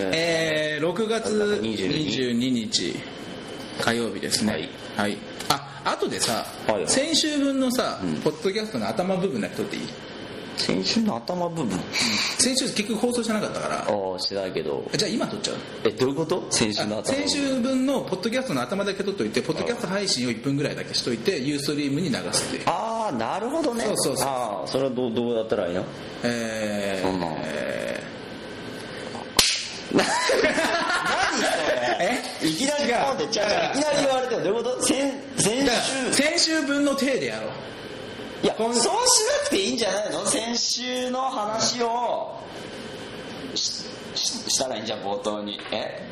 えー、6月22 22日火曜日ですねはい、はいああとでさ、はいはい先週分のさ、んポッドキャストの頭部分だけ撮っていい先週の頭部分先週結局放送してなかったからああしてないけどじゃあ今撮っちゃうえどういうこと先週のあ頭先週分のポッドキャストの頭だけ撮っといてポッドキャスト配信を1分ぐらいだけしといてユーストリームに流すっていうああなるほどねそうそうそうああそれはどうどうやったらいいのえそんなんー、え えいきなり違うポンってちゃうちゃういきなり言われてもどういうこと先先ー、だから週先週分の体でやろういやそ今うしなくていいんじゃないの先週の話をしししたらいいんじゃん冒頭にえ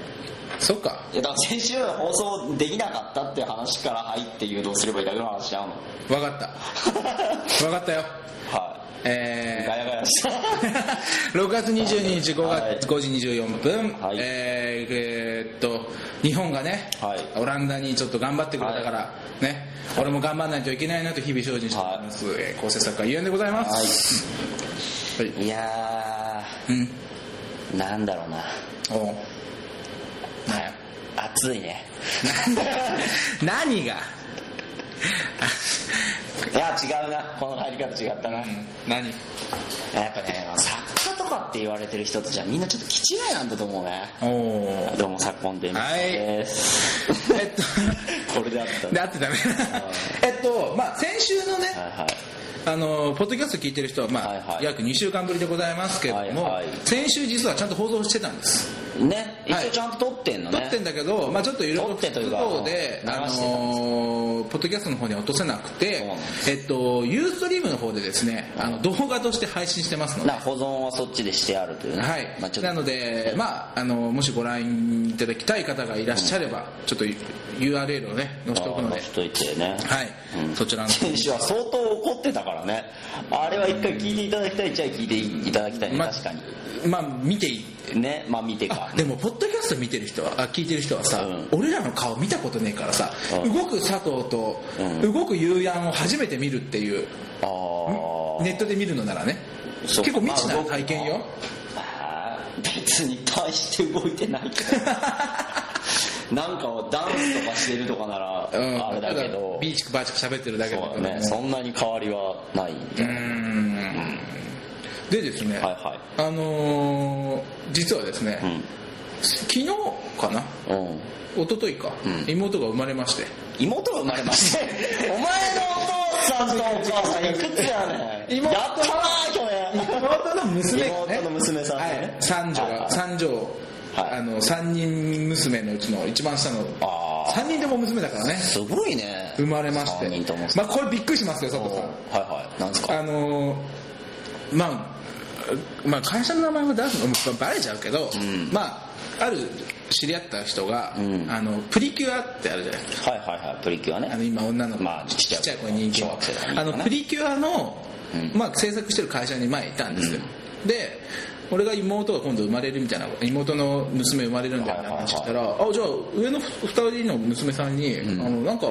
そっかいやだから先週放送できなかったっていう話から入って誘導すればいいだけの話ちゃうの 分かった分かったよはえいー ガヤガヤした6月22日はい5月5時24分、はいえーえーっと日本がね、はいオランダにちょっと頑張ってくれたから、ね、俺も頑張らないといけないなと日々精進しております、えー構成作家ゆうえんでございます、はいいやうんーなんだろうなおうなん や暑 いね何がいや違うなこの入り方違ったな、何やっぱね作家とかって言われてる人とじゃみんなちょっと気違いなんだと思うねおおどうも昨今ではいす、えっこれであったとで合ってたねえっとまあ先週のね、はいはいあのポッドキャスト聞いてる人は、まあはいはい約2週間ぶりでございますけれども、はいはい先週実はちゃんと放送してたんです、ね一はい応ちゃんと撮ってんの撮ね、ってんだけど、まあ、ちょっといろいろ撮ってというかで、うんあ流してたんですのポッドキャストの方には落とせなくてそうなんで、えっと、ユーストリームの方でですねあの動画として配信してますのでな。保存はそっちでしてあるというね、はいまあ、ちょっなとので、まあ、あのもしご覧いただきたい方がいらっしゃれば、ちょっと URL をね載せておくのであ、しといてねはいうんそちらの選手は相当怒ってたからねあれは一回聞いていただきたいじゃあ聞いていただきたいねま確かまあ、見ていいにねまあ見てかあでもポッドキャスト見てる人はあ聞いてる人はさ、うん俺らの顔見たことねえからさ、うん動く佐藤と、うん動く夕やんを初めて見るっていうああネットで見るのならねそう結構未知まなあ動く体験よ、あー別に大して動いてないけど なんかダンスとかしてるとかならうん、あれだけたどビーチクバーチク喋ってるだけだそけうどだねそんなに変わりはないみたいなうんでですね、はいはいあのー実はですね、う昨日かなんうん一昨日か、うん妹が生まれまして妹が生まれまして お前のお父さんとお母さんいくつやねん妹やったな去年 妹の娘がね妹の娘さんはねい、三女はいはがい三女はいあの三人娘のうちの一番下のあー三人でも娘だからねすごいね生まれまして三人ともまあこれびっくりしますよ佐藤はいさはいなんですかんあのーまあまあ会社の名前は出すのもうバレちゃうけど、んまあある知り合った人が、うんあのプリキュアってあるじゃないはいはいはいプリキュアあねの今女の子、まあちっちゃいちゃい子に人気小学生だねあの今ねプリキュアの、うんまあ、制作してる会社に前いたんですよ、で俺が妹が今度生まれるみたいな妹の娘生まれるんだよなはいはいはい話したら、あじゃあ上の二人の娘さんに、んあのなんか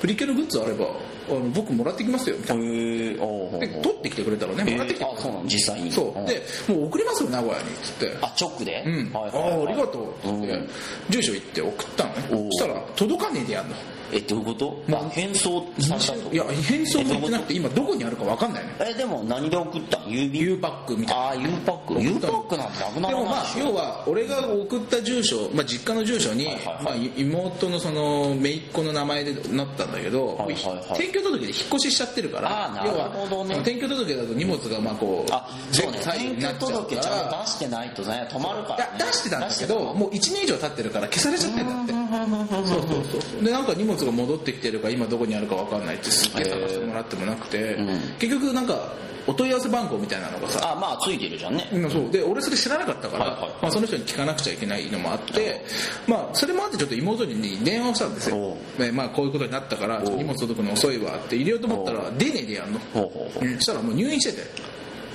プリキュアのグッズあればあの僕もらってきますよみたいへえおうほうなほうで取ってきてくれたのねもらってきてあそうなの実際にそうでもう送りますよ名古屋にっつってあ直で、うん、はいはいあはいあありがとうっつって、うん住所行って送ったのおねうそしたら届かねえでやんのえどういうこと、まああ変装させたといや返送も言ってなくてて今どこにあるか分かんないねえでも何で送ったん郵便 U パックみたいなああ U パック U パックなんてなくなでらもないまあでしょ要は俺が送った住所、まあ、実家の住所に、はいはいはいまあ、妹のその姪っ子の名前でなったんだけど、はいはいはい転居届で引っ越ししちゃってるからあーなるほどね要は転居届だと荷物がまあこうあそうね左右転にな居っちゃうから届ちゃんと出してないとね止まるから、ねい、や出してたんだけ出してどもう1年以上経ってるから消されちゃってんだってそうそうそうでなんか荷物が戻ってきてるから今どこにあるか分かんないってすっげえ探してもらってもなくて、ん結局なんかお問い合わせ番号みたいなのがさたあまあついてるじゃんね、うん、そうで俺それ知らなかったから、はいはいまあ、その人に聞かなくちゃいけないのもあって、まあ、それもあってちょっと妹に電話をしたんですよお、ねまあ、こういうことになったからお荷物届くの遅いわって入れようと思ったら出ねえでやんの、ほうほうほう、うんそしたらもう入院してて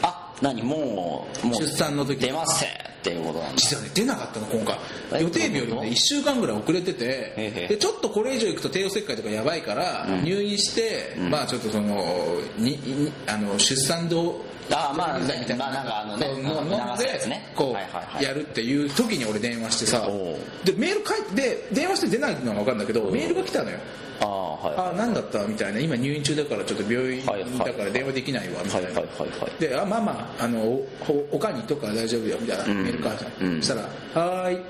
あ何もうもう出産の時出ますっていうことなんだ実はね出なかったの今回え予定日よりどういうこねと1週間ぐらい遅れてへてへでちょっとこれ以上行くと帝王切開とかやばいからうん入院して、うんまあちょっとそのににあの出産同あーまあ、みたいね、まあなんかあのねもう流飲んすやつでねこはいはいうはいやるっていう時に俺電話してさおうでメール書いて電話して出ないのは分かるんだけどメールが来たのよああはいはあ何だったみたいな今入院中だからちょっと病院だから電話できないわみたいいはいなはいはいであまあまああのおおおかにとか大丈夫よみたいなメール返したの、うんそしたら「はー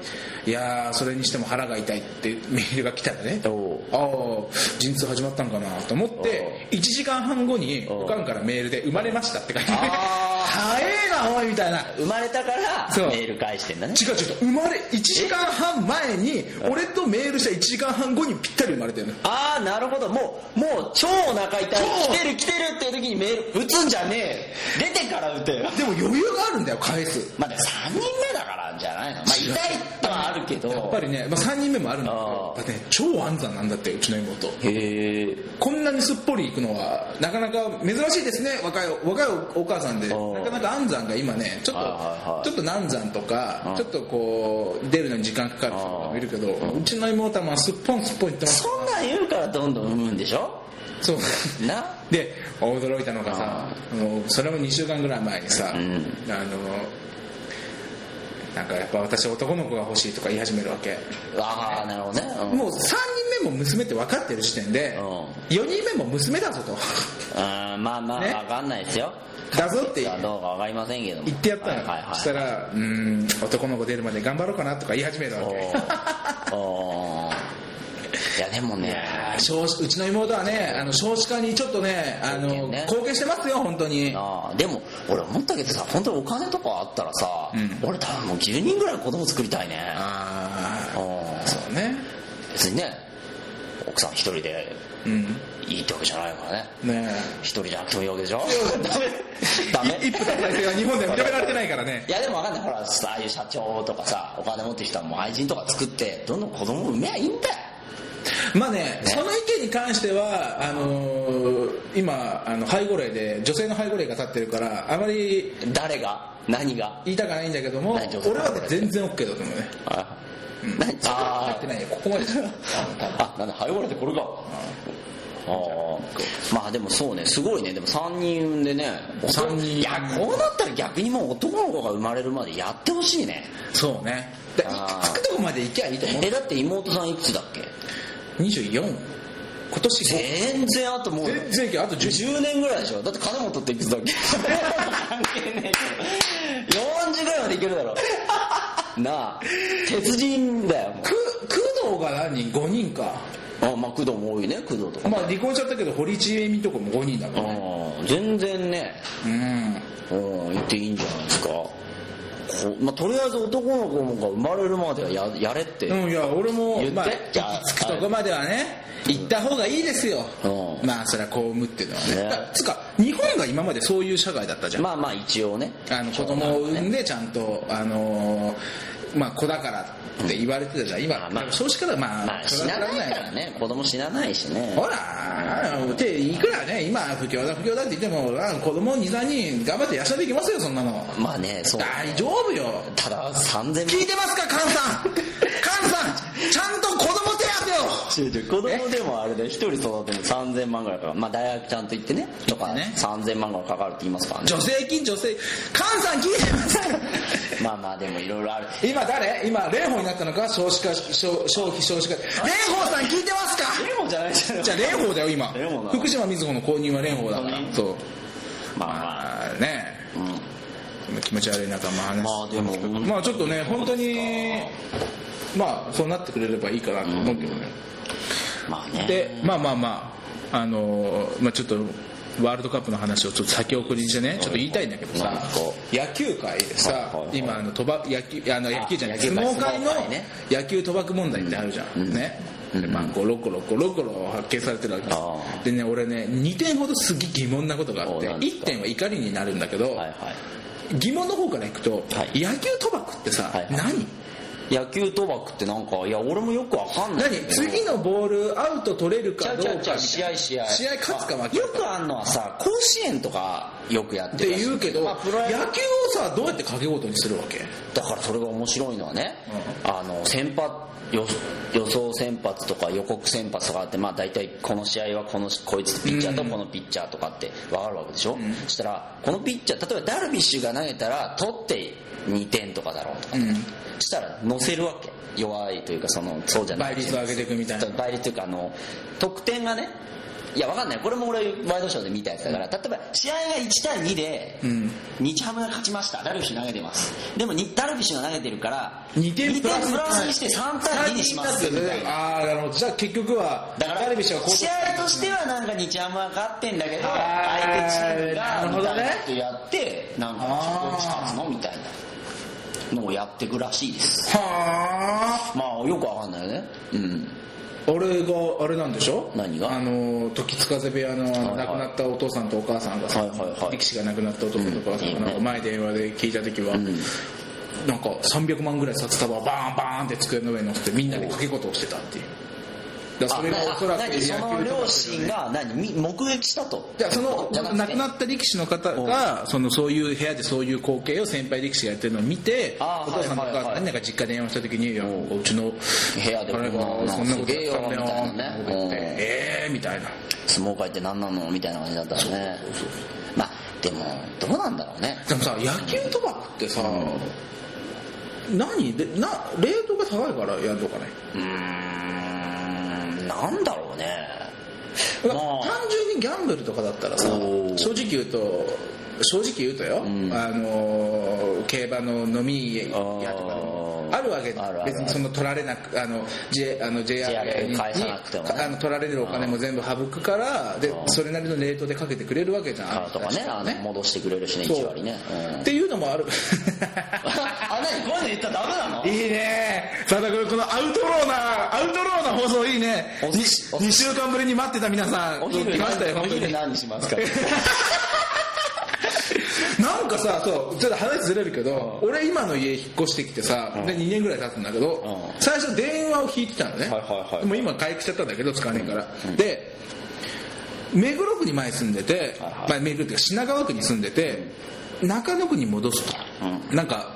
いいやーそれにしても腹が痛い」ってメールが来たのねおおああ陣痛始まったんかなと思って1時間半後におうおかんからメールで「生まれました」って書いてあるあ早えなおいみたいな生まれたからそうメール返してんだね違う違う生まれ1時間半前に俺とメールした1時間半後にぴったり生まれてるのああなるほどもうもう超お腹痛いそう来てる来てるっていう時にメール打つんじゃねえ出てから打てよでも余裕があるんだよ返すまあ、ね、3人目だからじゃないのまあ痛いとはあるけどやっぱりね、まあ、3人目もあるんだけあどあやっぱね超安産なんだってうちの妹へえこんなにすっぽりいくのはなかなか珍しいですね若い若いお母さんでああなかなか安産が今ねちょっと、はいはいはいちょっと難産とかあちょっとこう出るのに時間かかる人もいるけどうちの妹はまあすっぽんすっぽんいってますそんなん言うからどんどん産むんでしょそう なで驚いたのがさもうそれも2週間ぐらい前にさ、うんあのなんかやっぱ私男の子が欲しいとか言い始めるわけああなるほどね、うんもう3人目も娘って分かってる時点で、う4人目も娘だぞと あーまあまあ、ねわかんないですよだぞってどうかわかりませんけども言ってやったのよ、はいはいはい、そしたらうーん男の子出るまで頑張ろうかなとか言い始めたわおけーおーいやでもねあー少子うちの妹はねあの少子化にちょっとねあ貢の献ね貢献してますよ本当にあーでも俺思ったけどさ本当にお金とかあったらさ、うん俺多分もう10人ぐらい子供作りたいねあうあんそうね別にね奥さん一人でうんいいってわけじゃないからねね一人じゃなくてもいいわけでしょ ダメダえメ一夫多妻制は日本では認められてないからねいやでも分かんないほらああいう社長とかさお金持ってる人はもう愛人とか作ってどんどん子供産めばいいんだよまあねその意見に関してはあのー今あの背後霊で女性の背後霊が立ってるからあまり誰が何が言いたくないんだけども大丈夫俺はね全然 OK だと思うねあ、うん何入あってないよここまでしかあなんだ背後れてこれかああまあでもそうねすごいねでも3人産んでね三人いやこうなったら逆にもう男の子が生まれるまでやってほしいねそうねだあーつくとこまで行きゃいいと思うえだって妹さんいくつだっけ24今年5全然あともう全然行けあと10 10年ぐらいでしょだって金本っていくつだっけ関係ねえけど40ぐらいまでいけるだろなあ鉄人だよもく工藤が何人5人かうあまあ工藤も多いね工藤とか、まあ離婚しちゃったけど堀ちえみとかも5人だからねうん全然ねうんうん言っていいんじゃないですかこうまあ、とりあえず男の子が生まれるまではややれって、うん、いや俺も言ってまあじゃあ行き着くとこまではね行った方がいいですよ、うんまあそれは公務っていうのはねねだつうか日本が今までそういう社会だったじゃん、まあまあ一応ねあの子供を産んでちゃんと、あのーまあ、子だからって言われてたじゃん今、まあまあ少子化だまあ、まあ死なないからね子供死なないしねほらっていくらね今不況だ不況だって言ってもあ子供23人頑張って養っていきますよそんなのまあねそう大丈夫よただ3000聞いてますか菅さん菅さんちゃんと子供手当を違う違う 子供でもあれで一人育ても3000万ぐらいかかるまあ大学ちゃんと行ってねとかね3000万ぐらいかかるって言いますからね助成金助成菅さん聞いてますかまあまあでもいろいろある今誰今蓮舫になったのか少子化少消費少子化蓮舫さん聞いてますかレモンじゃないじゃじゃあ蓮舫だよ今蓮舫なの福島みずほの後任は蓮舫だか本当らにそうまあまあまあねうん気持ち悪い仲間話まあでもまあちょっとね本当にまあそうなってくれればいいかなと思うけどね、まあねでまあまあまああのーまあちょっとワールドカップの話をちょっと先送りにしてねちょっと言いたいんだけどさなんかこ野球界ではいさはいはい今あの賭博野球あの野球じゃない野球相界撲界の相撲界ね野球賭博問題ってあるじゃうんんねうんでまあこうロコロコロコロ発見されてるわけであすでね俺ね2点ほどすげえ疑問なことがあおってなんですか1点は怒りになるんだけどはいはい疑問の方からいくとはい野球賭博ってさはいはい何野球賭博ってなんか、いや、俺もよくわかんない。何次のボールアウト取れるちかゃうどうちかゃうみちたゃ、いうな試合試合。試合勝つか負けよるかくあんのはさ、甲子園とかよくやっっててるらしい言うけど、まあプロ野球野球をさどうやって掛け事にするわけだからそれが面白いのはね、あの先発予予想先発とか予告先発とかあって、まあ、大体この試合はこのこいつピッチャーとこのピッチャーとかって分かるわけでしょ、そしたらこのピッチャー例えばダルビッシュが投げたら取って2点とかだろうとか、そしたら乗せるわけ弱いというかそのそうじゃない倍率を上げていくみたいな倍率というかあの得点がねいやわかんないこれも俺ワイドショーで見たやつだから例えば試合が1対2で、ん日ハムが勝ちましたダルビッシュ投げてますでもにダルビッシュが投げてるから2点二プラスにして3対2にしますみたいなああーなるほどじゃあ結局はだからダルビッシュはこう試合としてはなんか日ハムは勝ってんだけどあー相手チームなるほどがねみたいなことやってなんかあーどっち勝つのみたいなのをやってくらしいですはあまあよくわかんないよねうん俺があれなんでしょ何があの時津風部屋のあのはい亡くなったお父さんとお母さんがさ、はいはいはい力士が亡くなったお父さんとお母さんがうんなんか前電話で聞いた時は、なんか300万ぐらい札束をバーンバーンって机の上に乗せてみんなで掛け事をしてたっていうだからそれがおそらく野あ何球そとのかだよ両ね親が何み目撃したといやそのじゃなくて亡くなった力士の方がそのそういう部屋でそういう光景を先輩力士がやってるのを見てあおー父さんとはいはいはいかなんか実家で電話した時にいやうちの部屋でこんなのそんなことやったんだよすげえよみたいなねとか言ってうんええみたいな相撲界って何なのみたいな感じだったらねまあでもどうなんだろうねでもさ野球賭博ってさ何でなレートが高いからやるのかねうーんなんだろうね単まあ純にギャンブルとかだったらさおー正直言うと正直言うとよ、んあのー競馬の飲み屋とかでもあーあるわけあるあるある別にその取られなくあの、J、あの JR に JR 返さなくてもねあの取られるお金も全部省くからでそれなりのレートでかけてくれるわけじゃんカードとかねあの戻してくれるしね1割ね うんっていうのもあるあ何 こういうの言ったらダメなのいいね佐田君このアウトローなアウトローな放送いいねおに2週間ぶりに待ってた皆さんお昼来ましたよお本当に昼何に しますかなんかさそうちょっと話ずれるけど、俺今の家引っ越してきてさ、で2年ぐらい経つんだけど、うん最初電話を引いてたのね、はいはいはいでも今回復しちゃったんだけど使わねえから、で目黒区に前住んでて、はいはいまあ、目黒区っていうか品川区に住んでて、中野区に戻すと、なんか、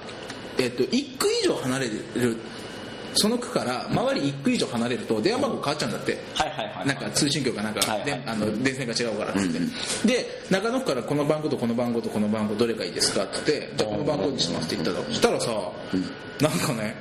えっと1区以上離れるその区から周り1区以上離れると電話番号変わっちゃうんだって、はいはいはいなんか通信局かなんか、はいはいであの電線が違うからっつって、で中野区からこの番号とこの番号とこの番号どれがいいですかって言ってじゃあこの番号にしますって言ったらそしたらさ、なんかね、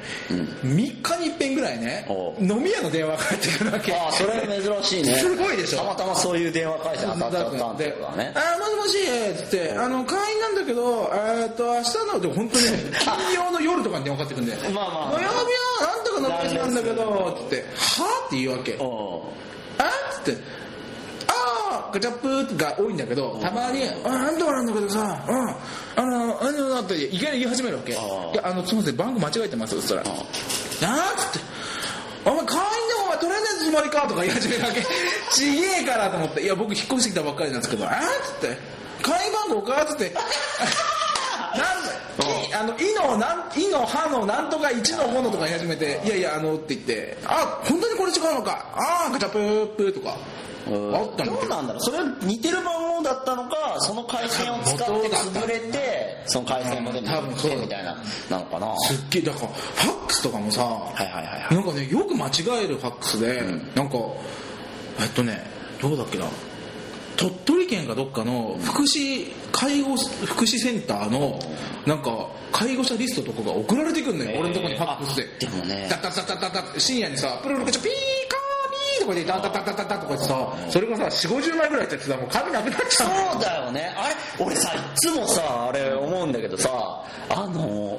3日に一遍ぐらいねおう飲み屋の電話がかかってくるわけああそれ珍しいねすごいでしょたまたまそういう電話回線当たっちゃったんだよでねあーもしもし」っつって「あの会員なんだけどえーっと明日の」でも本 当ね金曜の夜とかに電話かかってくんだよまあまあ土曜日はなんとかの会なんだけど」っつって「は?」って言うわけうんあっつって、あーガチャップが多いんだけど、たまに、あなんとかなんだけどさ、うん、あの、あの、なんて、いきなり言い始めるわけ。いあーや、あの、すみません、番号間違えてます、そしたら。あーっつって、お前、会員のお前取れないつもりかとか言い始めるわ け。ちげえからと思って、いや、僕引っ越してきたばっかりなんですけど、あーっつって、会員番号かっつって、なんだいあの、いの、なん、いの、はの、なんとか、一の、ものとか言い始めて、いやいや、あの、って言って、あ、本当にこれ違うのか、あー、ガチャプープーとか、あったどのうなんだろうそれは似てる番号だったのかその回線を使って潰れてその回線までに多分そうだみたいななのかなはすっげえ、だから、ファックスとかもさ、いはいはいはいなんかね、よく間違えるファックスで、なんか、えっとね、どうだっけな、鳥取県かどっかの福祉、介護、福祉センターの、なんか、介護者リストとかが送られてくんのよ、へー俺のとこにファックスで。でもねだだだだだだ深夜にさ、プルルルちょピーカーピーとかで、ダダダダダダとかってさ、それがさ、4、50枚ぐらいってやってさ、もう紙なくなっちゃうの。そうだよねあれ俺さいつもさあれ思うんだけどさあのファッ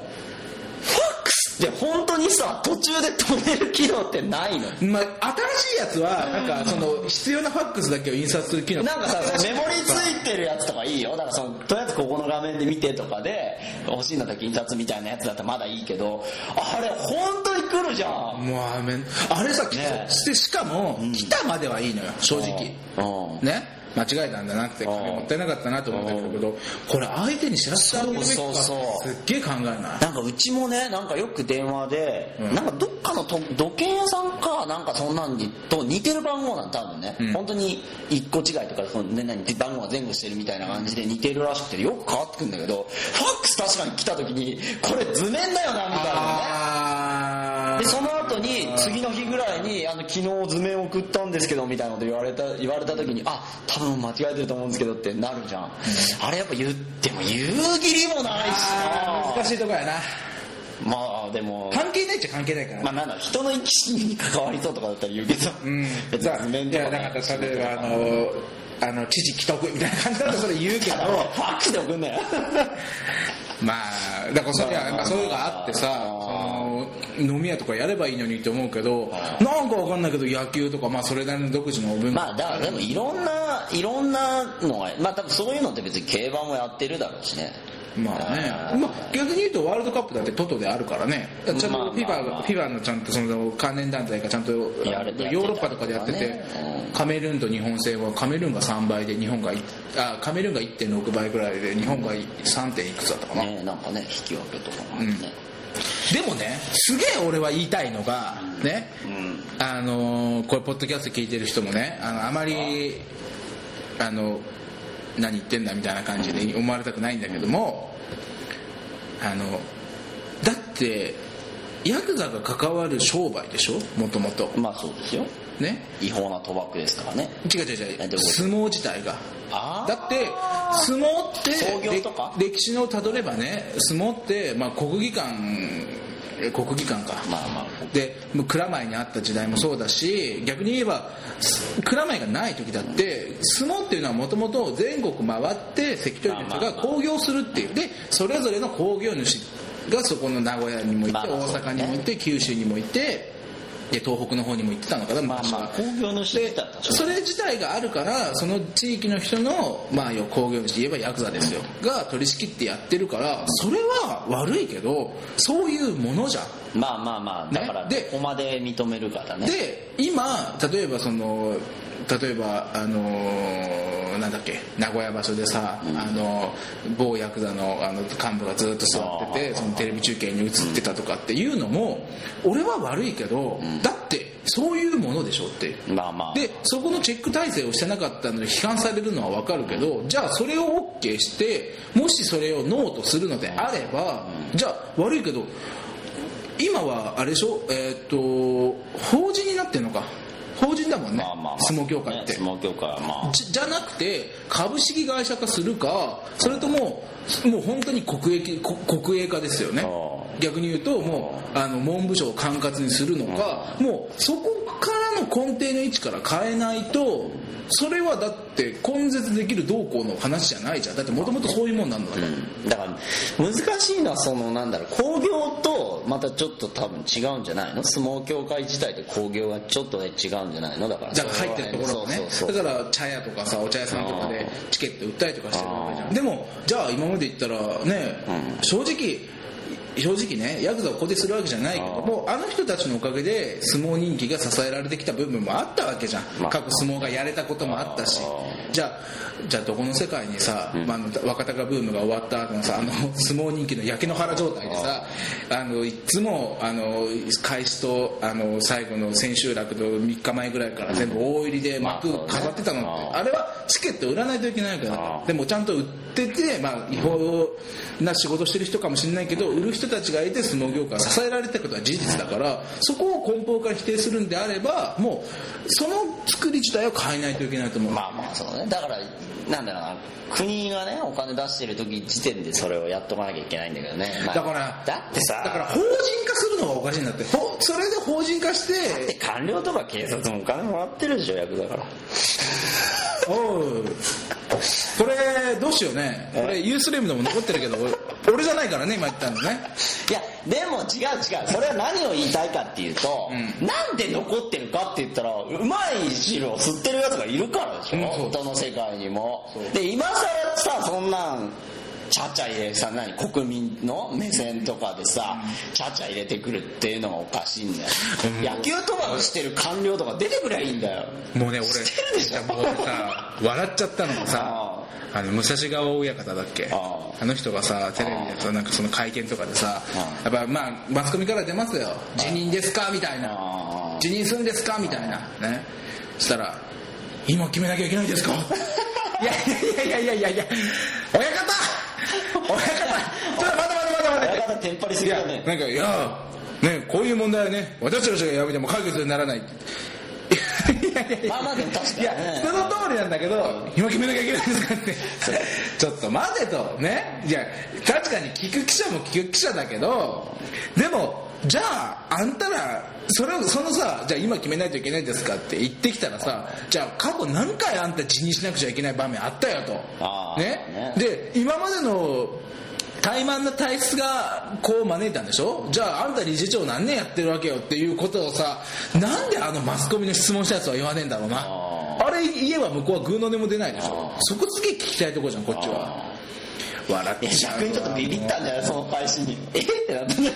クスって本当にさ途中で止める機能ってないのまあ、新しいやつは、なんか、その、必要なファックスだけを印刷する機能なんかさそのメモリついてるやつとかいいよだからそのとりあえずここの画面で見てとかで欲しいんだったら印刷みたいなやつだったらまだいいけどあれ本当に来るじゃんもうあめんあれさ、ねしてしかも、来たまではいいのよ正直うんね間違えたんだなってうんもったいなかったなと思ったけどこれ相手に知らせてあげるべきかそうそうそうすっげえ考えるななんかうちもねなんかよく電話で、うんなんかどっかのと時計屋さんかなんかそんなんにと似てる番号なん多分ね、うん本当に一個違いとかその、ね、何番号が前後してるみたいな感じで似てるらしくてよく変わってくんだけどファックス確かに来た時にこれ図面だよなみたいなねあでーその後に次の日ぐらいにあの昨日図面送ったんですけどみたいなこと言われた言われた時にあ多分間違えてると思うんですけどってなるじゃん、あれやっぱ言っても言う義理もないしあー難なしいとこやなまあでも関係ないっちゃ関係ないからまあなんだろう人の生き死にに関わりそうとかだったら言うけど、うん別じゃに図あ面いとかやだから例えばあのあの知事既得みたいな感じだとそれ言うけどあのファックスで送ん なよまあだからそういややっぱそういうのがあってさあーその飲み屋とかやればいいのにって思うけどあなんかわかんないけど野球とかまあそれなりの独自の文化まあだからでもいろんないろんなのがまあ多分そういうのって別に競馬もやってるだろうしねまあね、まあ、逆に言うとワールドカップだってトトであるからねちゃんとまあまあ FIFA まあが FIFA のちゃんとその関連団体がちゃんとヨやれてーロッパとかでやってやっててたからねうんカメルーンと日本戦はカメルーンが3倍で日本がいあカメルーンが1.6倍ぐらいで日本が 3. 点いくつだったかな、ねなんかね引き分けとかもあってね、でもねすげえ俺は言いたいのがね、うんあのーこれポッドキャスト聞いてる人もねあのあまりあの何言ってんだみたいな感じで思われたくないんだけどもあのだってヤクザが関わる商売でしょもともとまあそうですよね違法な賭博ですからね違う違う違えどういううこと相撲自体があだって相撲って創業とかれ歴史のたどればね相撲って、まあ、国技館え国技館かまあまあでもう蔵前にあった時代もそうだし逆に言えばす蔵前がない時だって相撲っていうのはもともと全国回って関取の人まあまあがまあ興行するっていうでそれぞれの興行主がそこの名古屋にも行ってまあまあ大阪にも行って九州にも行ってで東北の方にも行ってたのかなまあまあ興行の人だったらそれ自体があるからその地域の人のまあ要は工業主で言えばヤクザですよが取り仕切ってやってるからそれは悪いけどそういうものじゃんまあまあまあだからどねでこまで認めるかだねで今例えばその例えばあのーなんだっけ名古屋場所でさ、あの某ヤクザのあの幹部がずっと座ってあーてそのテレビ中継に映ってたとかっていうのも、俺は悪いけど、だってそういうものでしょっていうまあまあでそこのチェック体制をしてなかったので批判されるのは分かるけどじゃあそれを OK してもしそれをノーとするのであればじゃあ悪いけど今はあれでしょえーっと法人になってるのか法人だもんね、まあまあまあ相撲協会って、ね相撲協会はまあじじゃなくて株式会社化するかそれとももう本当に国益こ国営化ですよねう逆に言うともうあの文部省を管轄にするのかもうそこからの根底の位置から変えないとそれはだって根絶できる動向の話じゃないじゃんだってもともとそういうもんなんだから、うんだから難しいのはそのなんだろう興行とまたちょっと多分違うんじゃないの相撲協会自体と興行がちょっとね違うんじゃないのだからだから入ってるところもねそうそうそうだから茶屋とかさお茶屋さんとかでチケット売ったりとかしてるわけじゃあんでもじゃあ今まで言ったらね、正直正直ねヤクザを固定するわけじゃないけどあーもうあの人たちのおかげで相撲人気が支えられてきた部分もあったわけじゃん、まあ各相撲がやれたこともあったしあじゃあじゃあどこの世界にさ、まああの、若隆ブームが終わった後のさあの相撲人気の焼け野原状態でさあのいつもあの開始とあの最後の千秋楽の3日前ぐらいから全部大入りで幕飾ってたのって、まあそうねあれはチケット売らないといけないからああでもちゃんと売ってて、まあ、違法な仕事してる人かもしれないけど売る人たちがいて相撲業界を支えられてたことは事実だからそこを根本から否定するんであればもうその作り自体を変えないといけないと思う、まあまあそうねだからなんだろうな国がねお金出してる時時点でそれをやっとかなきゃいけないんだけどね、まあだからだってさだから法人化するのがおかしいんだってほそれで法人化しだってて官僚とか警察もお金もらってるでしょ役だからおうこれどうしようねこれユーストリームでも残ってるけど俺俺じゃないからね今言ったのねいやでも違う違うそれは何を言いたいかっていうと、なんで残ってるかって言ったらうまい汁を吸ってるやつがいるからでしうんそょ、うどの世界にもそうで今更さそんなんちゃちゃ入れさ何国民の目線とかでさちゃちゃ入れてくるっていうのがおかしいんだよ野球賭博してる官僚とか出てくりゃいいんだよもうね俺知ってるでしょもう俺さ笑っちゃったのがさあの武蔵川親方だっけああの人がさテレビでさなんかその会見とかでさやっぱまあマスコミから出ますよ辞任ですかみたいなあ辞任するんですかみたいなねしたら「今決めなきゃいけないですか? 」 いやいやいやいやいやいや親方親方ちょっと待て待て待て待てあ親方テンパりすぎだねなんか、いやー、ね、こういう問題はね、私たちがやめても解決にならない。いやいやいやまあまあでも確かいにや、ねその通りなんだけど、今決めなきゃいけないんですか って。ちょっと待てと、ね。いや、確かに聞く記者も聞く記者だけど、でも、じゃあ、あんたら、それを、そのさ、じゃあ今決めないといけないですかって言ってきたらさ、じゃあ過去何回あんた辞任しなくちゃいけない場面あったよと。あーねね。で、今までの、怠慢な体質がこう招いたんでしょじゃああんた理事長何年やってるわけよっていうことをさなんであのマスコミの質問したやつは言わねえんだろうなああれ言えば向こうはグーの音も出ないでしょあーそこすげえ聞きたいとこじゃんこっちは笑ってちゃうわ逆にちょっとビビったんじゃないその返しにえってなってね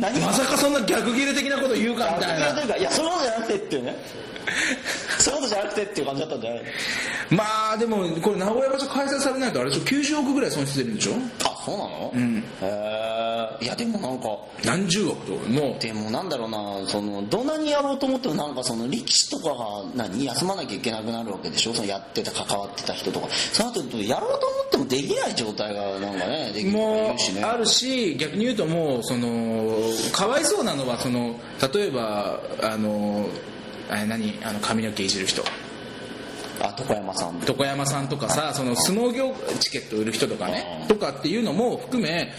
何まさかそんな逆ギレ的なこと言うか あみたい逆なにというかいやそういうことじゃなくてっていうねそういうことじゃなくてっていう感じだったんじゃないまあでもこれ名古屋場所開催されないとあれでしょ90億ぐらい損失出るんでしょあそうなのうんへえいやでもなんか何十億とかもでもなんだろうなそのどんなにやろうと思ってもなんかその力士とかが何休まなきゃいけなくなるわけでしょそのやってた関わってた人とかそうなってくるとやろうと思ってもできない状態がなんかねできうる人もいるしねうあるし逆に言うともうそのかわいそうなのはその例えばあのあれ何あの髪の毛いじる人あ床山さん床山さんとかさその相撲業チケット売る人とかねうんとかっていうのも含め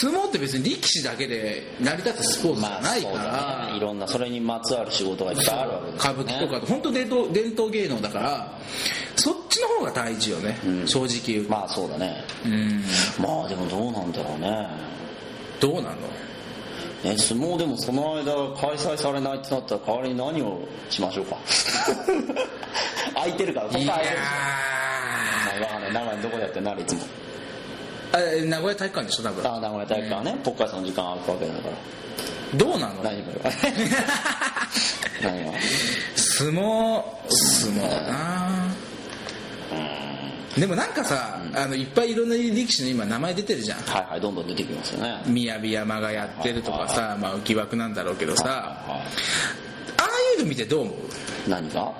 相撲って別に力士だけで成り立つスポーツじゃないかまあそうだねらいろんなそれにまつわる仕事がいっぱいあるわけです歌舞伎とか本当伝統伝統芸能だからそっちの方が大事よね正直言うまあそうだねうんまあでもどうなんだろうねどうなのね相撲でもその間開催されないってなったら代わりに何をしましょう か空いてるから他空いいてやるでしょわかんない長野どこでやってんなるいつもーあ名古屋体育館でしょ多分あ名古屋体育館はねポッカイさんの時間空くわけだからどうなの大丈 夫何が相撲相撲なでもなんかさあのいっぱいいろんな力士の今名前出てるじゃんはいはいどんどん出てきますよね雅山がやってるとかさ、まあ、浮き枠なんだろうけどさあはあいうの見てどう思うい何が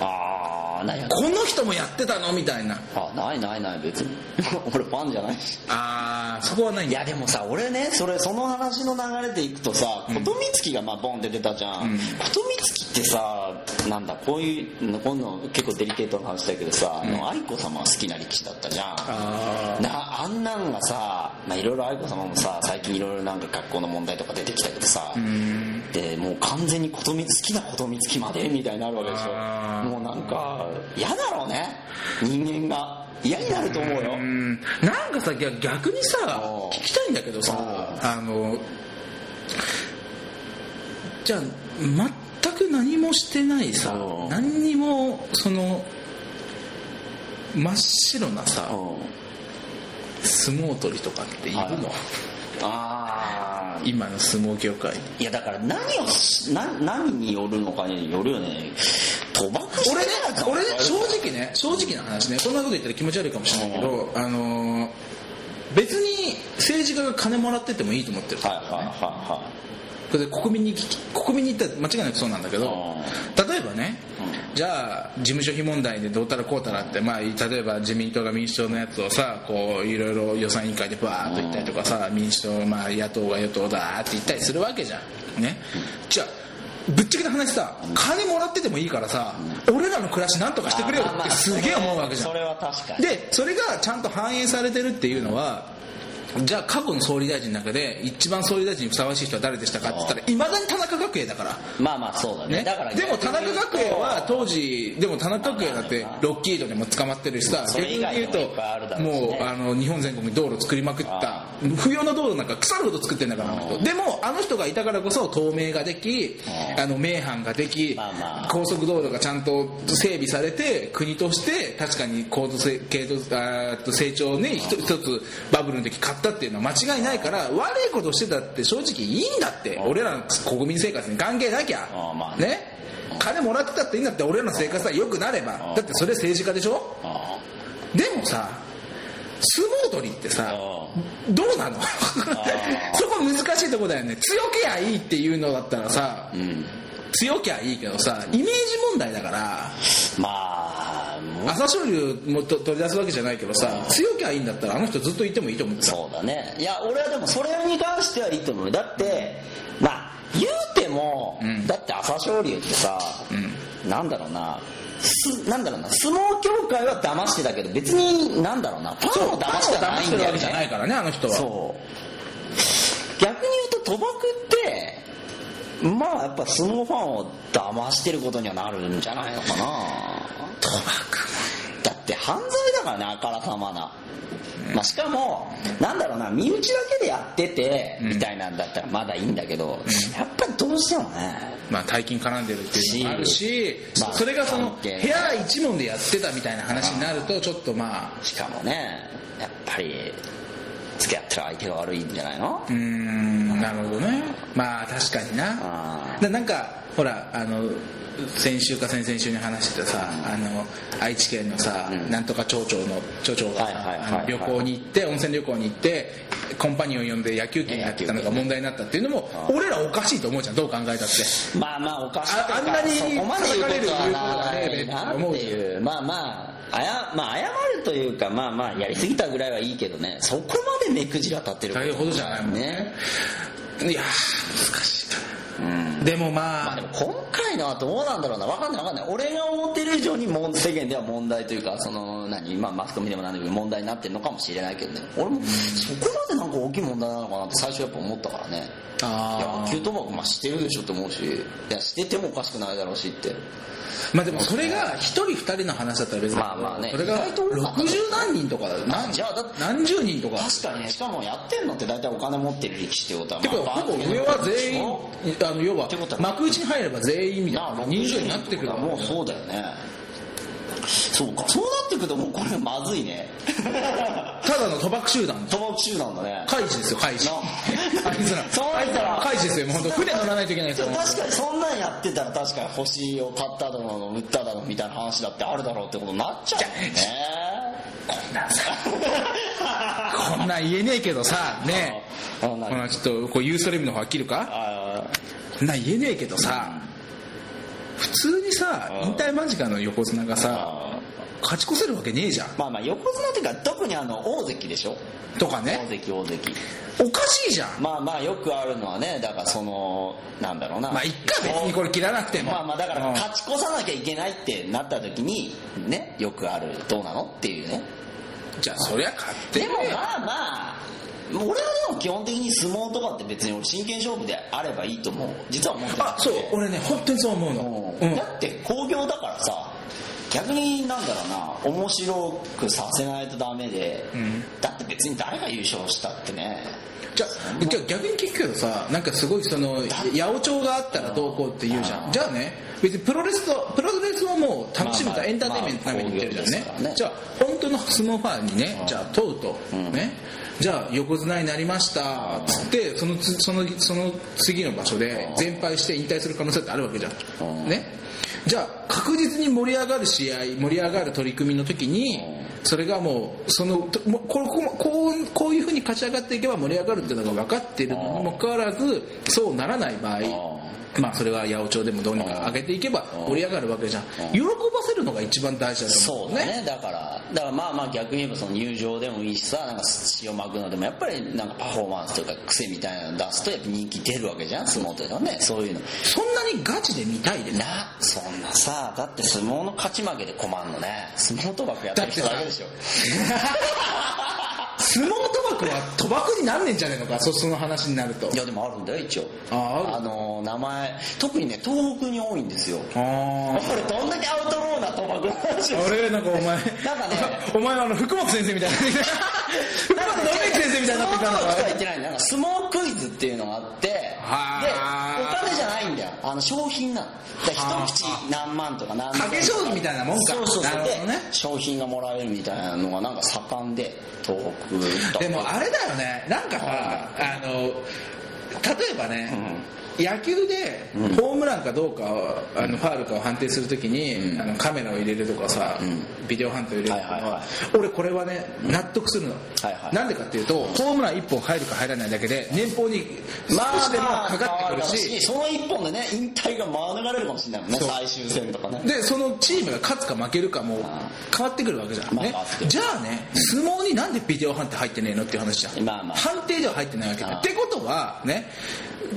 ああ何やこの人もやってたのみたいなあないないない別に 俺ファンじゃないしあーそこはないんいだやでもさ俺ねそれその話の流れでいくとさ琴光月がまあボンって出たじゃん、琴光月ってさなんだこういうこの結構デリケートな話だけどさ、あの愛子様は好きな力士だったじゃんあなあんなんがさまあいろいろ愛子様もさ最近いろいろなんか学校の問題とか出てきたけどさ、でもう完全に琴光好きな琴光月までみたいになるわけでしあょーもうなんか嫌だろうね人間が嫌になると思うよ、ーうんなんかさ逆逆にさおう聞きたいんだけどさおうあのじゃあ全く何もしてないさおう何にもその真っ白なさうん相撲取りとかっているの、はいああ今の相撲業界にいやだから何をしな何によるのかによるよね賭博して俺ねたら、俺ね、正直ね、正直な話ね、こんなこと言ったら気持ち悪いかもしれないけど、あのー、別に政治家が金もらっててもいいと思ってる。はいはいはそれで国民に聞き、国民に言ったら間違いなくそうなんだけど、例えばね、じゃあ、事務所費問題でどうたらこうたらって、まあ、例えば自民党が民主党のやつをさ、こう、いろいろ予算委員会でバーっと言ったりとかさ、民主党、まあ、野党が与党だーって言ったりするわけじゃん。ね。じゃあ、ぶっちゃけた話さ、金もらっててもいいからさ、俺らの暮らしなんとかしてくれよあまっあてすげえ思うわけいじゃんそ。れは確かにでそれがちゃんと反映されてるっていうのはじゃあ過去の総理大臣の中で一番総理大臣にふさわしい人は誰でしたかって言ったらいまだに田中角学園だから。まあまあそうだねねだから、でも田中学園は逆に当時でも田中学園だってロッキードでも捕まってるしさそれ以外言うのもいっぱいあるだとろうしねもうあの日本全国に道路作りまくったあ不要な道路なんか腐るほど作ってんだからあの人でもあの人がいたからこそ透明ができああの名阪ができまあまあ高速道路がちゃんと整備されて国として確かに高度成経度あーっと成長に一つ一つバブルの時買ったっていうのは間違いないから悪いことしてたって正直いいんだって俺らの国民生活に関係なきゃあーまあねね金もらってたっていいんだって俺らの生活さえ良くなればだってそれ政治家でしょあでもさ相撲取りってさどうなの そこ難しいとこだよね強けりゃいいっていうのだったらさーうん強きゃいいけどさイメージ問題だからまあもう朝青龍もと取り出すわけじゃないけどさ強きゃいいんだったらあの人ずっといてもいいと思ってたそうだねいや俺はでもそれに関してはいいと思うだってまあ言うても、んだって朝青龍ってさ、うなんだろうなすなんだろうな相撲協会は騙してたけど別になんだろうなファンを騙してはないんるだわよけじゃねないからねあの人はそう逆に言うと賭博ってまあやっぱ相撲ファンを騙してることにはなるんじゃないのかな賭博だって犯罪だからねあからさまな、まあ、しかもなんだろうな身内だけでやっててみたいなんだったらまだいいんだけど、やっぱりどうしてもねまあ大金絡んでるっていうのもあるしまあそれがその関部係屋一問でやってたみたいな話になるとちょっとまあしかもねやっぱり付き合ってる相手が悪いんじゃないの、うーんなるほどねまあ確かになあーでなんかほらあの先週か先々週に話してたさあの愛知県のさ、うんなんとか町長の町長がさはいはいはいあはのい旅行に行って温泉旅行に行ってコンパニオン呼んで野球機になってたのが問題になったっていうのもあ俺らおかしいと思うじゃんどう考えたってまあまあおかしいああんなにそこまで言うことはない叩かれるなっていうまあまああやまあ謝るというかまあまあやりすぎたぐらいはいいけどねそこまで目くじら立ってる大変ほどじゃないもんねいやー難しいうんなでもまあ、まあでも今回のはどうなんだろうなわかんないわかんない俺が思ってる以上にもん世間では問題というかその何まあマスコミでも何でも問題になってるのかもしれないけどね俺もそこまでなんか大きい問題なのかなって最初やっぱ思ったからねあー野球賭博まあしてるでしょって思うしいやしててもおかしくないだろうしってまあでもそれが一人二人の話だったら別に、まあまあねそれが意外と多かった60何人とか何じゃあだって何十人とか確かにねしかもやってんのって大体お金持ってる力士ってことはてかまあほぼ上は全員あの要はてことは幕内に入れば全員みたいなあな60人数になってくるっかこらとはもうそうだよねそうかそうなってくるともうこれまず いねただの賭博集団賭博集団だね開示ですよ開 示なあいつら そうあなっいつたらら開示ですよもう本当船乗らないといけないですでよも確かにそんなんやってたら確かに星を買っただの売っただのみたいな話だってあるだろうってことになっちゃうよね こんなん言えねえけどさねあのなほらちょっとこうユーストリームの方は切るかあこんなん言えねえけどさ普通にさうん引退間近の横綱がさあ勝ち越せるわけねえじゃんまあまあ横綱っていうか特にあの大関でしょとか大ね関大関おかしいじゃんまあまあよくあるのはねだからそのなんだろうなまあいっか別にこれ切らなくても まあまあだからうん勝ち越さなきゃいけないってなった時にねよくあるどうなのっていうねじゃあそりゃ勝ってでるもまあまあ俺はでも基本的に相撲とかって別に俺真剣勝負であればいいと思う実は思ってなあくてそう俺ね本当にそう思うのううんんだって興行だからさ逆になんだろうな面白くさせないとダメで、んだって別に誰が優勝したってねじゃあじゃあ逆に聞くけどさなんかすごいその八百長があったらどうこうって言うじゃうんんじゃあね別にプロレスとプロレスはもう楽しむまあとまあエンターテインメントのために言ってるじゃんまあ興行ですかねらねじゃあ本当の相撲ファンにねうんじゃあ問うとうんねじゃあ横綱になりましたっつってそのつそのその次の場所でうん全敗して引退する可能性ってあるわけじゃうんんねじゃあ確実に盛り上がる試合盛り上がる取り組みの時にうんそれがもうそのともうこれこうこうこういうふうに勝ち上がっていけば盛り上がるっていうのが分かっているのにもかかわらずそうならない場合まあそれは八百長でもどうにか上げていけばうん盛り上がるわけじゃんん喜ばせるのが一番大事だと思そううねだねだからだからまあまあ逆に言えばその入場でもいいしさなんか血を巻くのでもやっぱりなんかパフォーマンスというか癖みたいなの出すとやっぱ人気出るわけじゃん相撲というのはねそういうのそんなにガチで見たいですなそんなさだって相撲の勝ち負けで困んのね相撲賭博やってだっるて人さだけでしょ相撲賭博は賭博になんねんじゃねえのかそその話になるといやでもあるんだよ一応あああの名前特にね東北に多いんですよあーこれどんだけアウトローな賭博の話をあれなんかお前なんかねお前はあの福本先生みたいな福本伸之先生みたいになってきたの相撲とか言っかてないなんか相撲クイズっていうのがあってではあお金じゃないんだよあの商品なのだからはあ一口何万とか何万賭け将棋みたいなもんかそうそうなそう、るほどねで商品がもらえるみたいなのがなんか盛んで東北でもあれだよねなんかさあの例えばね、野球でホームランかどうかをあのファールかを判定するときに、あのカメラを入れるとかさ、ビデオ判定を入れるとか、はいはいはい俺これはね納得するの、はいはいなんでかっていうとホームラン1本入るか入らないだけで年俸に少まあしでもかかってくるし,、その一本でね引退が免れるかもしれないもんねそう最終戦とかねでそのチームが勝つか負けるかも変わってくるわけじゃん、まあね変わってく、るじゃあね相撲になんでビデオ判定入ってねえのっていう話じゃん、まあまあ判定では入ってないわけだああってことはね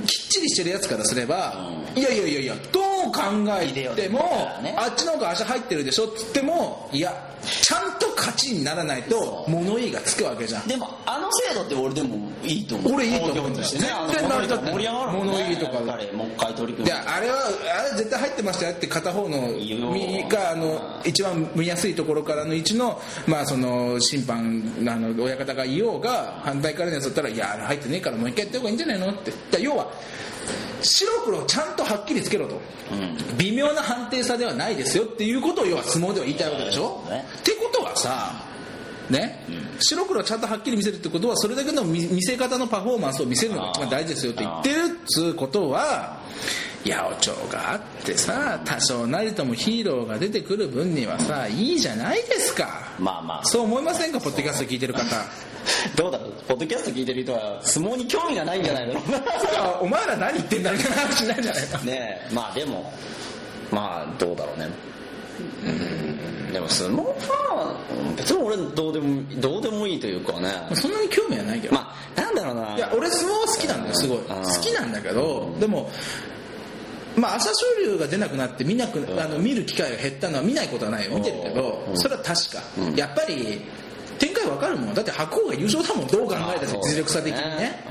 きっちりしてるやつからすれば、いやいやいやいやどう考えビデオてでも見たらねあっちの方が足入ってるでしょっつってもいやちゃんと勝ちにならないと物言いがつくわけじゃんでもあの制度って俺でもいいと思う俺いいと思うんだよ東京としてね絶対成り立ってる盛り上がるもんね物言いとかやっぱりもう一回取り組でむあれはあれ絶対入ってましたよって片方の言うよ右かあの一番見やすいところからの位置の,、まあその審判あの親方が言おうが反対からのやつだったら「いやあれ入ってねえからもう一回やった方がいいんじゃないの?」ってだ要は白黒をちゃんとはっきりつけろと、微妙な判定差ではないですよっていうことを要は相撲では言いたいわけでしょ、そうだねってことはさね、白黒をちゃんとはっきり見せるってことはそれだけの見見せ方のパフォーマンスを見せるのが一番大事ですよって言ってるっつうことは八百長があってさ多少なりともヒーローが出てくる分にはさいいじゃないですかまあまあそう思いませんかポッドキャスト聞いてる方どうだろうポッドキャスト聞いてる人は相撲に興味がないんじゃないだろ うなお前ら何言ってんだみたいな話になるんじゃ ないかねえまあでもまあどうだろうねうんでも相撲ファンは別に俺どうでもどうでもいいというかねそんなに興味はないけどまあなんだろうないや俺相撲は好きなんだよすごいあ好ーきなんだけどでもまあ朝青龍が出なくなって見なくんあの見る機会が減ったのは見ないことはないよ見てるけどうんそれは確かうんやっぱり展開わかるもんだって白鵬が優勝だもんどう考えたって実力差的にね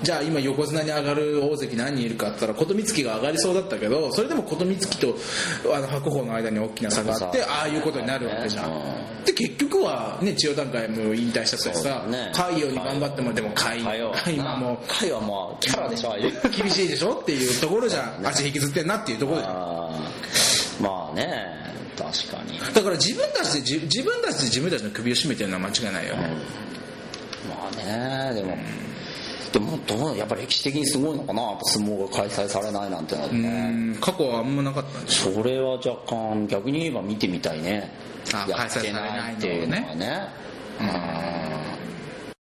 じゃあ今横綱に上がる大関何人いるかって言ったら琴光が上がりそうだったけどそれでも琴光とあの白鵬の間に大きな差があってそうああいうことになるわけじゃうんんで結局はね千代段階も引退したとそうださね海洋に頑張ってもでも海会洋話今もう会話もうキャラでしょああいう 厳しいでしょっていうところじ ゃん足引きずってんなっていうところだよあーまあね確かにだから自分たちで自自分たちで自分たちの首を絞めてるのは間違いないよねまあねでも、でもどうやっぱ歴史的にすごいのかなやっぱ相撲が開催されないなんてなるとうねん過去はあんまなかったんでしょそれは若干逆に言えば見てみたいねあやってないっていうのはね